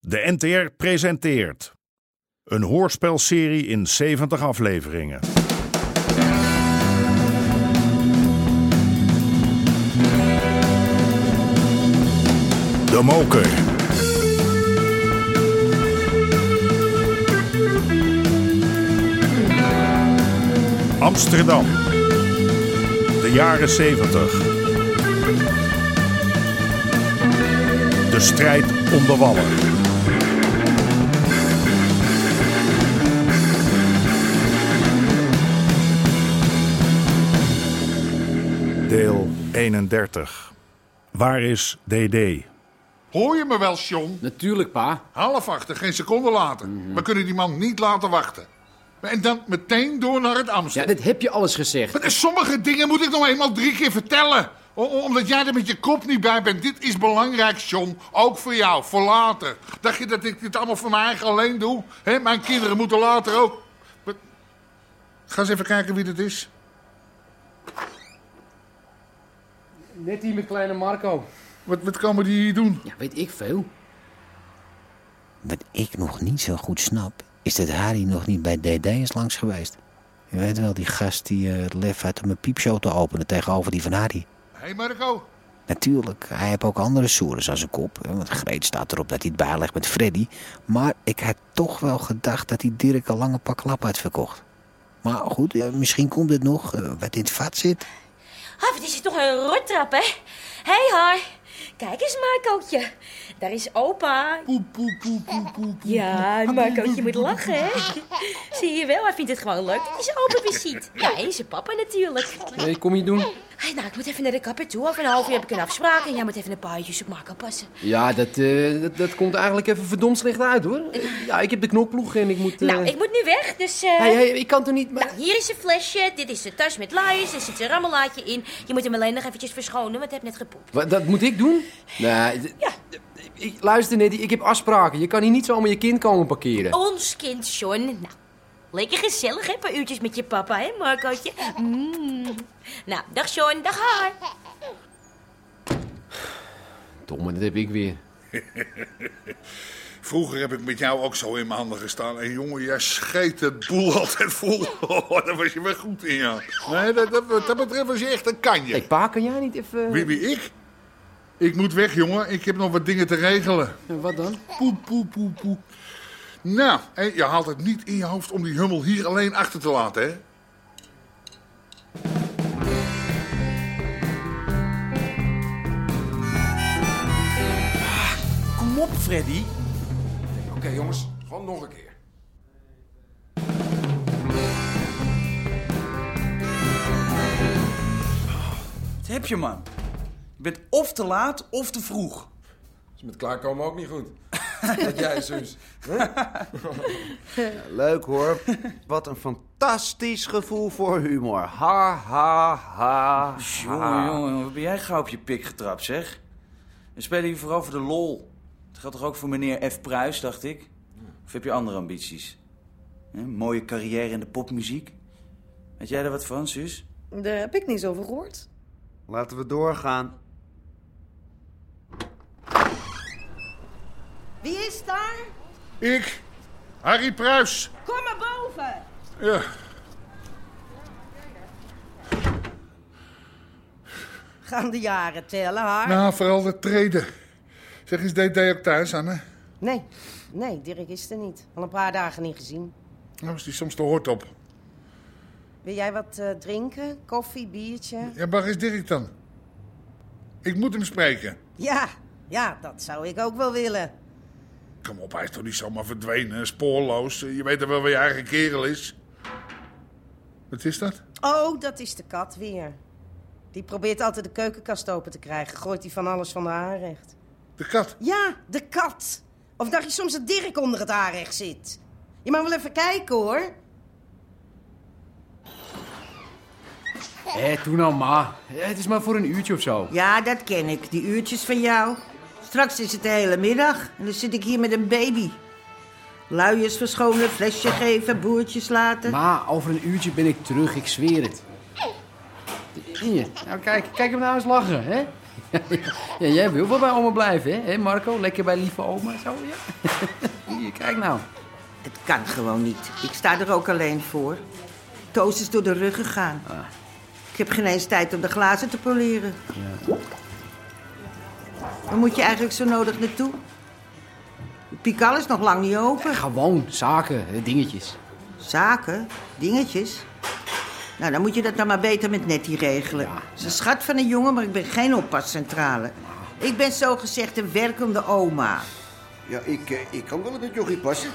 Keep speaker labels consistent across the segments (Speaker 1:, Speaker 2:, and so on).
Speaker 1: De NTR presenteert een hoorspelserie in 70 afleveringen. De Moker. Amsterdam. De jaren 70. De strijd om de wallen. Deel 31. Waar is DD?
Speaker 2: Hoor je me wel, John?
Speaker 3: Natuurlijk, pa.
Speaker 2: Half achter, geen seconde later. We kunnen die man niet laten wachten. En dan meteen door naar het
Speaker 3: Ja,
Speaker 2: Amsterdam.
Speaker 3: dit heb je alles gezegd.
Speaker 2: Maar Sommige dingen moet ik nog eenmaal drie keer vertellen. O- o- omdat jij er met je kop niet bij bent. Dit is belangrijk, John. Ook voor jou, voor later. Dacht je dat ik dit allemaal voor mijn eigen alleen doe? Hè, mijn kinderen moeten later ook... Maar- Ga eens even kijken wie dit is.
Speaker 3: Net hier met kleine Marco.
Speaker 2: Wat, wat komen die hier doen?
Speaker 3: Ja, weet ik veel.
Speaker 4: Wat ik nog niet zo goed snap, is dat Harry nog niet bij DD is langs geweest. Je weet wel, die gast die eh, het lef had om een piepshow te openen tegenover die van Harry.
Speaker 2: Hé, hey Marco.
Speaker 4: Natuurlijk, hij heeft ook andere soeren als zijn kop. hè, Want Greet staat erop dat hij het bijlegt met Freddy. Maar ik had toch wel gedacht dat hij Dirk een lange pak klap had verkocht. Maar goed, eh, misschien komt het nog eh, wat in het vat zit.
Speaker 5: Ah, wat is het toch een rottrap, hè? Hé, hey, haar. Kijk eens, Marcootje. Daar is opa.
Speaker 2: Poe, poe, poe, poe, poe, poe.
Speaker 5: Ja, Marcootje moet lachen, hè? Zie je wel, hij vindt het gewoon leuk dat hij zijn opa weer ziet. Ja, en zijn papa natuurlijk.
Speaker 3: Nee, kom je doen?
Speaker 5: Hey, nou, ik moet even naar de kapper toe. Over een half uur heb ik een afspraak en jij moet even een paar uurtjes op Marco passen.
Speaker 3: Ja, dat, eh, dat, dat komt eigenlijk even verdomd slecht uit, hoor. Eh, Ja, ik heb de knopploeg en ik moet... eh,
Speaker 5: Nou, ik moet nu weg, dus... eh,
Speaker 3: Hey, hey, ik kan toch niet...
Speaker 5: Nou, hier is een flesje, dit is de tas met luiers, er zit een rammelaatje in. Je moet hem alleen nog eventjes verschonen, want hij heeft net gepoept.
Speaker 3: Wat, dat moet ik doen? Nee, d- ik- luister Nettie, ik heb afspraken. Je kan hier niet zomaar je kind komen parkeren.
Speaker 5: Ons kind, John. Nou, lekker gezellig, hè? Een paar uurtjes met je papa, hè, Marcootje? Mm. Nou, dag, John. Dag, haar.
Speaker 3: Domme, dat heb ik weer.
Speaker 2: Vroeger heb ik met jou ook zo in mijn handen gestaan. En jongen, jij scheet het boel altijd vol. Oh, daar was je wel goed in, ja. Nee, dat, dat, wat dat betreft was je echt een
Speaker 3: Hey,
Speaker 2: kanje.
Speaker 3: pa, kan jij niet even...
Speaker 2: Wie, wie, ik? Ik moet weg, jongen. Ik heb nog wat dingen te regelen.
Speaker 3: Eh, Wat dan?
Speaker 2: Poe, poe, poe, poe. Nou, hé, je haalt het niet in je hoofd om die hummel hier alleen achter te laten, hè?
Speaker 6: Kom op, Freddy. Oké, jongens, gewoon nog een keer. Wat heb je, man? Je bent of te laat of te vroeg.
Speaker 7: Is met klaarkomen ook niet goed. Dat jij, zus.
Speaker 8: Leuk hoor. Wat een fantastisch gevoel voor humor. Ha, ha, ha.
Speaker 6: Jongen, jongen, wat ben jij gauw op je pik getrapt, zeg. We spelen hier vooral voor de lol. Dat geldt toch ook voor meneer F. Pruis, dacht ik? Of heb je andere ambities? Hè, een mooie carrière in de popmuziek? Weet jij daar wat van, zus?
Speaker 9: Daar heb ik niets over gehoord.
Speaker 8: Laten we doorgaan.
Speaker 9: Wie is daar?
Speaker 2: Ik, Harry Pruis.
Speaker 9: Kom maar boven!
Speaker 2: Ja.
Speaker 9: Gaan de jaren tellen, haar?
Speaker 2: Nou, vooral dat treden. Zeg eens, deed jij ook thuis aan, hè?
Speaker 9: Nee, nee, Dirk is er niet. Al een paar dagen niet gezien.
Speaker 2: Nou, is die soms de hoort op.
Speaker 9: Wil jij wat eh, drinken? Koffie, biertje?
Speaker 2: Ja, waar is Dirk dan? Ik moet hem spreken.
Speaker 9: Ja, ja, dat zou ik ook wel willen.
Speaker 2: Kom op, hij is toch niet zomaar verdwenen, spoorloos. Je weet toch wel waar je eigen kerel is. Wat is dat?
Speaker 9: Oh, dat is de kat weer. Die probeert altijd de keukenkast open te krijgen. Gooit die van alles van de aanrecht.
Speaker 2: De kat.
Speaker 9: Ja, de kat. Of dacht je soms dat Dirk onder het aanrecht zit? Je mag wel even kijken, hoor.
Speaker 3: Hé, doe nou, ma. Eh, het is maar voor een uurtje of zo.
Speaker 10: Ja, dat ken ik, die uurtjes van jou. Straks is het de hele middag en dan zit ik hier met een baby. Luiers verschonen, flesje geven, boertjes laten.
Speaker 3: Ma, over een uurtje ben ik terug, ik zweer het. Zie je? Nou, kijk, kijk hem nou eens lachen, hè? Ja, jij wil wel bij oma blijven, hè? hè, Marco? Lekker bij lieve oma en zo, ja? Hier, kijk nou.
Speaker 10: Het kan gewoon niet. Ik sta er ook alleen voor. Toos is door de rug gegaan. Ik heb geen eens tijd om de glazen te poleren. Waar moet je eigenlijk zo nodig naartoe? De Pikal is nog lang niet open.
Speaker 3: Gewoon, zaken, eh, dingetjes.
Speaker 10: Zaken? Dingetjes? Nou, dan moet je dat dan maar beter met Nettie regelen. Ze is een schat van een jongen, maar ik ben geen oppascentrale. Ik ben zogezegd een werkende oma.
Speaker 11: Ja, ik, eh, ik kan wel op het jochie passen.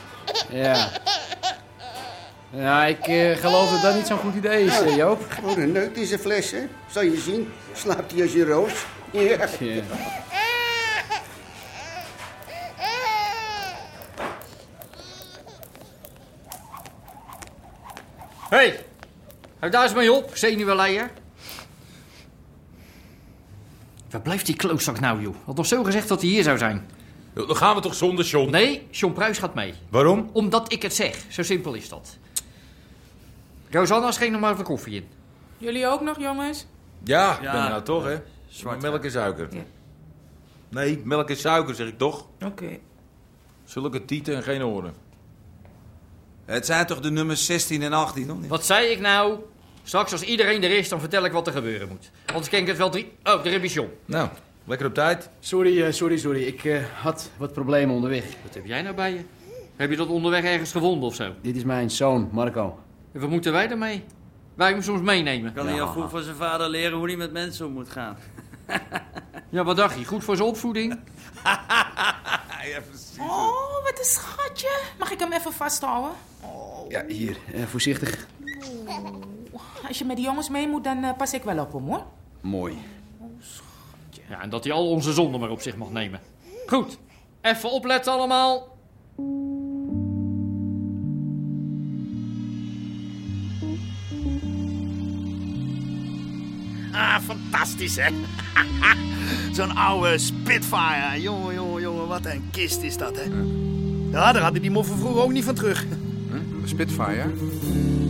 Speaker 3: Ja. Ja, ik eh, geloof dat dat niet zo'n goed idee is, eh, Joop.
Speaker 11: Gewoon een neut in zijn fles, hè. Zal je zien. Slaapt hij als je roos. Ja.
Speaker 12: Hé, hey, hou daar eens mee op, zenuwleier. Waar blijft die klootzak nou, joh? Had nog zo gezegd dat hij hier zou zijn. Nou, Dan gaan we toch zonder John? Nee, John Pruis gaat mee. Waarom? Omdat ik het zeg. Zo simpel is dat. Rosanna schenk nog maar even koffie in.
Speaker 13: Jullie ook nog, jongens?
Speaker 7: Ja, ben je nou toch, hè? melk en suiker. Nee, melk en suiker, zeg ik toch?
Speaker 13: Oké.
Speaker 7: Zulke tieten en geen oren.
Speaker 6: Het zijn toch de nummers 16 en 18, hoor?
Speaker 12: Wat zei ik nou? Straks als iedereen er is, dan vertel ik wat er gebeuren moet. Anders ken ik het wel drie... Oh, daar heb je John.
Speaker 7: Nou, lekker op tijd.
Speaker 3: Sorry, eh, sorry, sorry. Ik eh, had wat problemen onderweg.
Speaker 12: Wat heb jij nou bij je? Heb je dat onderweg ergens gevonden of zo?
Speaker 3: Dit is mijn zoon, Marco.
Speaker 12: En wat moeten wij daarmee? Wij hem soms meenemen.
Speaker 6: Kan hij al goed van zijn vader leren hoe hij met mensen om moet gaan?
Speaker 12: Ja, wat dacht je? Goed voor zijn opvoeding?
Speaker 13: Oh, wat een schatje. Mag ik hem even vasthouden?
Speaker 3: Ja, hier, eh, voorzichtig.
Speaker 13: Als je met die jongens mee moet, dan eh, pas ik wel op hem, hoor.
Speaker 12: Mooi. Ja, en dat hij al onze zonden maar op zich mag nemen. Goed, even opletten allemaal.
Speaker 14: Ah, fantastisch, hè? Zo'n oude Spitfire. Ah Jongen, jongen, jongen, wat een kist is dat, hè? Ja, daar hadden die moffen vroeger ook niet van terug.
Speaker 15: Spitfire?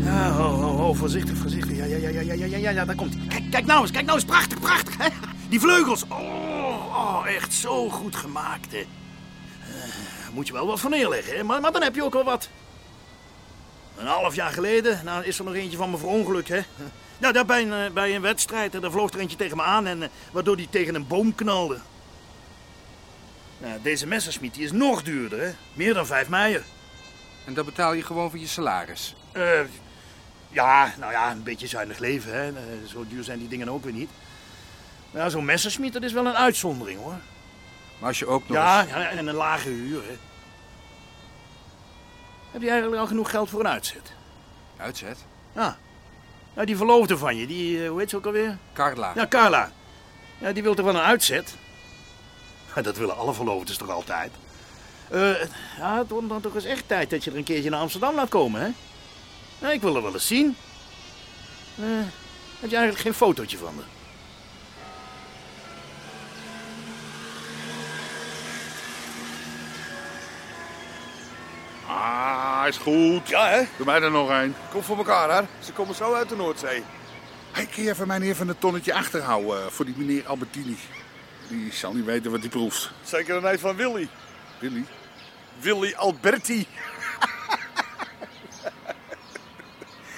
Speaker 14: Ja, ho, ho, ho, voorzichtig, voorzichtig. Ja, ja, ja, ja, ja, ja, ja, ja, ja, daar komt. Kijk, kijk nou eens, kijk nou eens. Prachtig, prachtig, hè? Die vleugels. Oh, oh echt zo goed gemaakt, hè? Eh, moet je wel wat van neerleggen, hè? Maar, maar dan heb je ook wel wat. Een half jaar geleden, nou is er nog eentje van me verongelukt, hè? Nou, daar bij een, eh, bij een wedstrijd, hè, daar vloog er eentje tegen me aan en eh, waardoor die tegen een boom knalde. Nou, deze Messerschmitt die is nog duurder, hè? Meer dan vijf meijer.
Speaker 15: En dat betaal je gewoon van je salaris?
Speaker 14: Eh, ja, nou ja, een beetje zuinig leven, hè. Eh, zo duur zijn die dingen ook weer niet. Nou, zo'n Messerschmitt, dat is wel een uitzondering, hoor.
Speaker 15: Maar als je ook nog
Speaker 14: Ja,
Speaker 15: eens-
Speaker 14: ja, en een lage huur, hè. Heb je eigenlijk al genoeg geld voor een uitzet?
Speaker 15: Uitzet?
Speaker 14: Ja. Nou, die verloofde van je, die, eh, hoe heet ze ook alweer?
Speaker 15: Carla.
Speaker 14: Ja, Carla. Ja, die wil toch wel een uitzet? Ja, Dat willen alle verloofdes toch altijd? Eh, ja, het wordt dan toch eens echt tijd dat je er een keertje naar Amsterdam laat komen, hè? Ja, ik wil er wel eens zien. Eh, heb je eigenlijk geen fotootje van me?
Speaker 2: Ah, hij is goed. Ja, hè? Doe mij er nog een. Kom voor elkaar, hè? Ze komen zo uit de Noordzee. Hey, kun je even mijn heer van het tonnetje achterhouden eh, voor die meneer Albertini? Die zal niet weten wat hij proeft.
Speaker 16: Zeker een eet van Willy.
Speaker 2: Willy?
Speaker 16: Willy Alberti.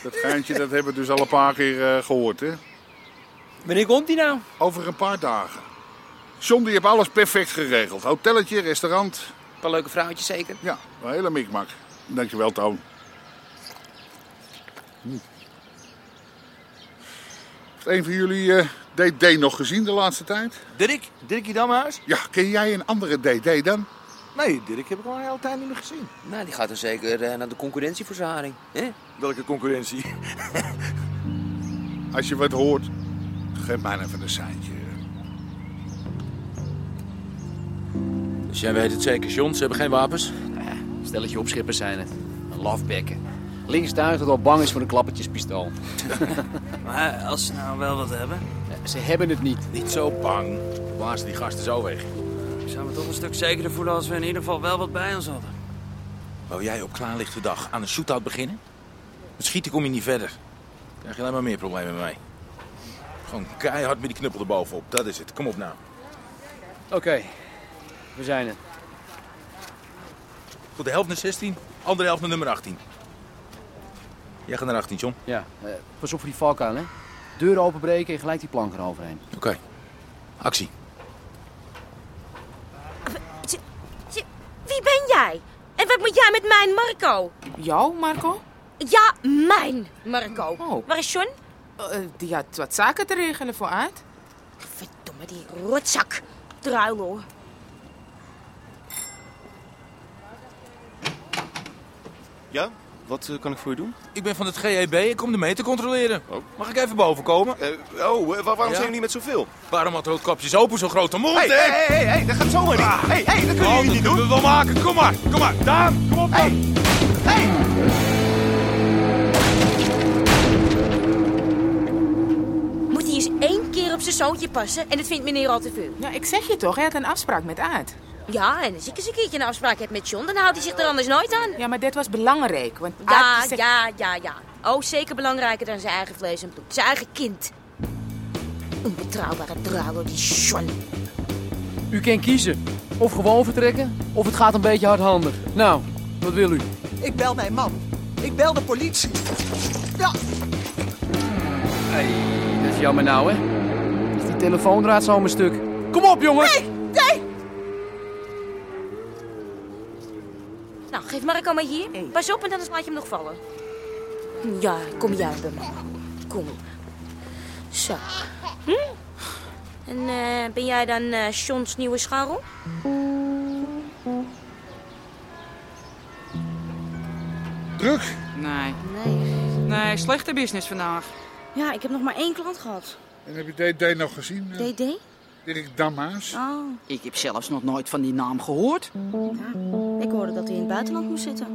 Speaker 2: Dat geintje, dat hebben we dus al een paar keer eh, gehoord, hè?
Speaker 12: Wanneer komt hij nou?
Speaker 2: Over een paar dagen. John, die heeft alles perfect geregeld. Hotelletje, restaurant. Een
Speaker 12: paar leuke vrouwtjes zeker?
Speaker 2: Ja, een hele mikmak. Dankjewel, Toon. Hm. Heeft een van jullie eh DD nog gezien de laatste tijd?
Speaker 16: Dirk? Dirkie Damhuis?
Speaker 2: Ja, ken jij een andere DD dan?
Speaker 16: Nee, Dirk heb ik al een hele tijd niet meer gezien.
Speaker 17: Nou, die gaat dan zeker eh, naar de concurrentieverzaring. Hè?
Speaker 16: Welke concurrentie?
Speaker 2: Als je wat hoort, geef mij even een seintje.
Speaker 17: Dus jij weet het zeker, John? Ze hebben geen wapens?
Speaker 3: Stelletje opschippers zijn het. Een lafbekken. Links thuis dat al bang is voor een klappertjespistool.
Speaker 6: Maar als ze nou wel wat hebben...
Speaker 3: Ze hebben het niet.
Speaker 6: Niet zo bang.
Speaker 17: Blazen die gasten zo weg.
Speaker 6: Ik zou me toch een stuk zekerder voelen als we in ieder geval wel wat bij ons hadden.
Speaker 16: Wou jij op klaarlichte dag aan een shootout beginnen? Met schieten kom je niet verder. Krijg je alleen maar meer problemen mee. Gewoon keihard met die knuppel erbovenop, dat is het. Kom op nou.
Speaker 14: Oké, we zijn er. Goed, de helft naar 16, andere helft naar nummer 18. Jij gaat naar 18, John.
Speaker 18: Ja, eh, pas op voor die valkuil, hè. Deuren openbreken en gelijk die plank eroverheen.
Speaker 14: Oké, actie.
Speaker 5: Wie ben jij? En wat moet jij met mijn Marco?
Speaker 19: Jou, Marco?
Speaker 5: Ja, mijn Marco. Waar is John?
Speaker 19: Eh, die had wat zaken te regelen voor Aad.
Speaker 5: Verdomme, die rotzak. Druilo.
Speaker 14: Ja, wat kan ik voor je doen? Ik ben van het GEB, ik kom de meter controleren.
Speaker 20: Oh.
Speaker 14: Mag ik even boven komen?
Speaker 20: Eh,
Speaker 14: oh, waarom
Speaker 20: zijn we niet
Speaker 14: met zoveel? Waarom had Roodkapjes open zo'n grote mond,
Speaker 20: Hey,
Speaker 14: hè? Ah.
Speaker 20: hey, hey, hey, dat gaat zomaar niet. Hey, hey, dat kunnen jullie niet doen.
Speaker 14: We wel maken, kom maar, kom maar. Daan, kom op. Hey.
Speaker 5: Moet hij eens één keer op zijn zoontje passen en dat vindt meneer al te veel.
Speaker 19: Ja, ik zeg je toch, hij had een afspraak met Aad.
Speaker 5: Ja, en als ik eens een keertje een afspraak heb met John, dan houdt hij zich er anders nooit aan.
Speaker 19: Ja, maar dit was belangrijk, want
Speaker 5: Ja,
Speaker 19: Aad... zegt-
Speaker 5: ja, ja, ja. Oh, zeker belangrijker dan zijn eigen vlees en bloed. Zijn eigen kind. Een betrouwbare druilo, die John.
Speaker 18: U kan kiezen. Of gewoon vertrekken, of het gaat een beetje hardhandig. Nou, wat wil u?
Speaker 21: Ik bel mijn man. Ik bel de politie. Ja,
Speaker 18: Hey, dat is jammer nou, hè. Is die telefoondraad zomaar stuk. Kom op, jongen!
Speaker 5: Nee! Nou, geef Marco maar hier. Pas op en dan laat je hem nog vallen. Ja, kom jij bij mij. Kom. Zo. Hm? En eh, ben jij dan eh Johns nieuwe scharrel?
Speaker 2: Druk?
Speaker 22: Nee. Nee. slechte business vandaag.
Speaker 5: Ja, ik heb nog maar één klant gehad.
Speaker 2: En heb je DD nog gezien? eh,
Speaker 5: DD?
Speaker 2: Dirk Dammaas?
Speaker 5: Oh.
Speaker 22: Ik heb zelfs nog nooit van die naam gehoord.
Speaker 5: Ja, ik hoorde dat hij in het buitenland moest zitten.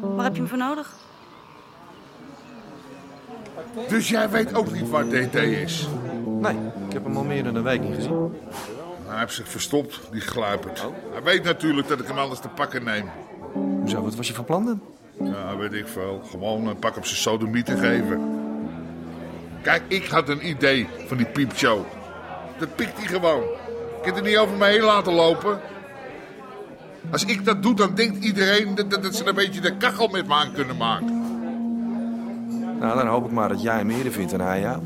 Speaker 5: Waar heb je hem voor nodig?
Speaker 2: Dus jij weet ook niet waar DD is?
Speaker 6: Nee, ik heb hem al meer dan een week niet gezien.
Speaker 2: Hij heeft zich verstopt, die gluipert.
Speaker 16: Oh.
Speaker 2: Hij weet natuurlijk dat ik hem anders te pakken neem.
Speaker 6: Hoezo, wat was je van plan dan?
Speaker 2: Ja, weet ik veel. Gewoon een pak op zijn sodomie te geven. Kijk, ik had een idee van die piepshow. Dat pikt hij gewoon. Ik heb het niet over me heen laten lopen. Als ik dat doe, dan denkt iedereen dat, dat, dat ze een beetje de kachel met me aan kunnen maken.
Speaker 6: Nou, dan hoop ik maar dat jij hem eerder vindt dan hij jou.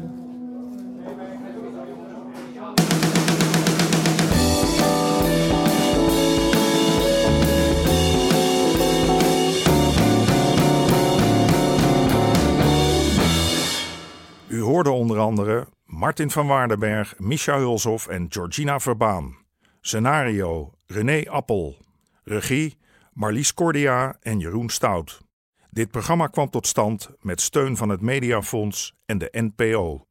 Speaker 1: U hoorde onder andere Martin van Waardenberg, Micha Hulshoff en Georgina Verbaan. Scenario René Appel. Regie Marlies Cordia en Jeroen Stout. Dit programma kwam tot stand met steun van het Mediafonds en de NPO.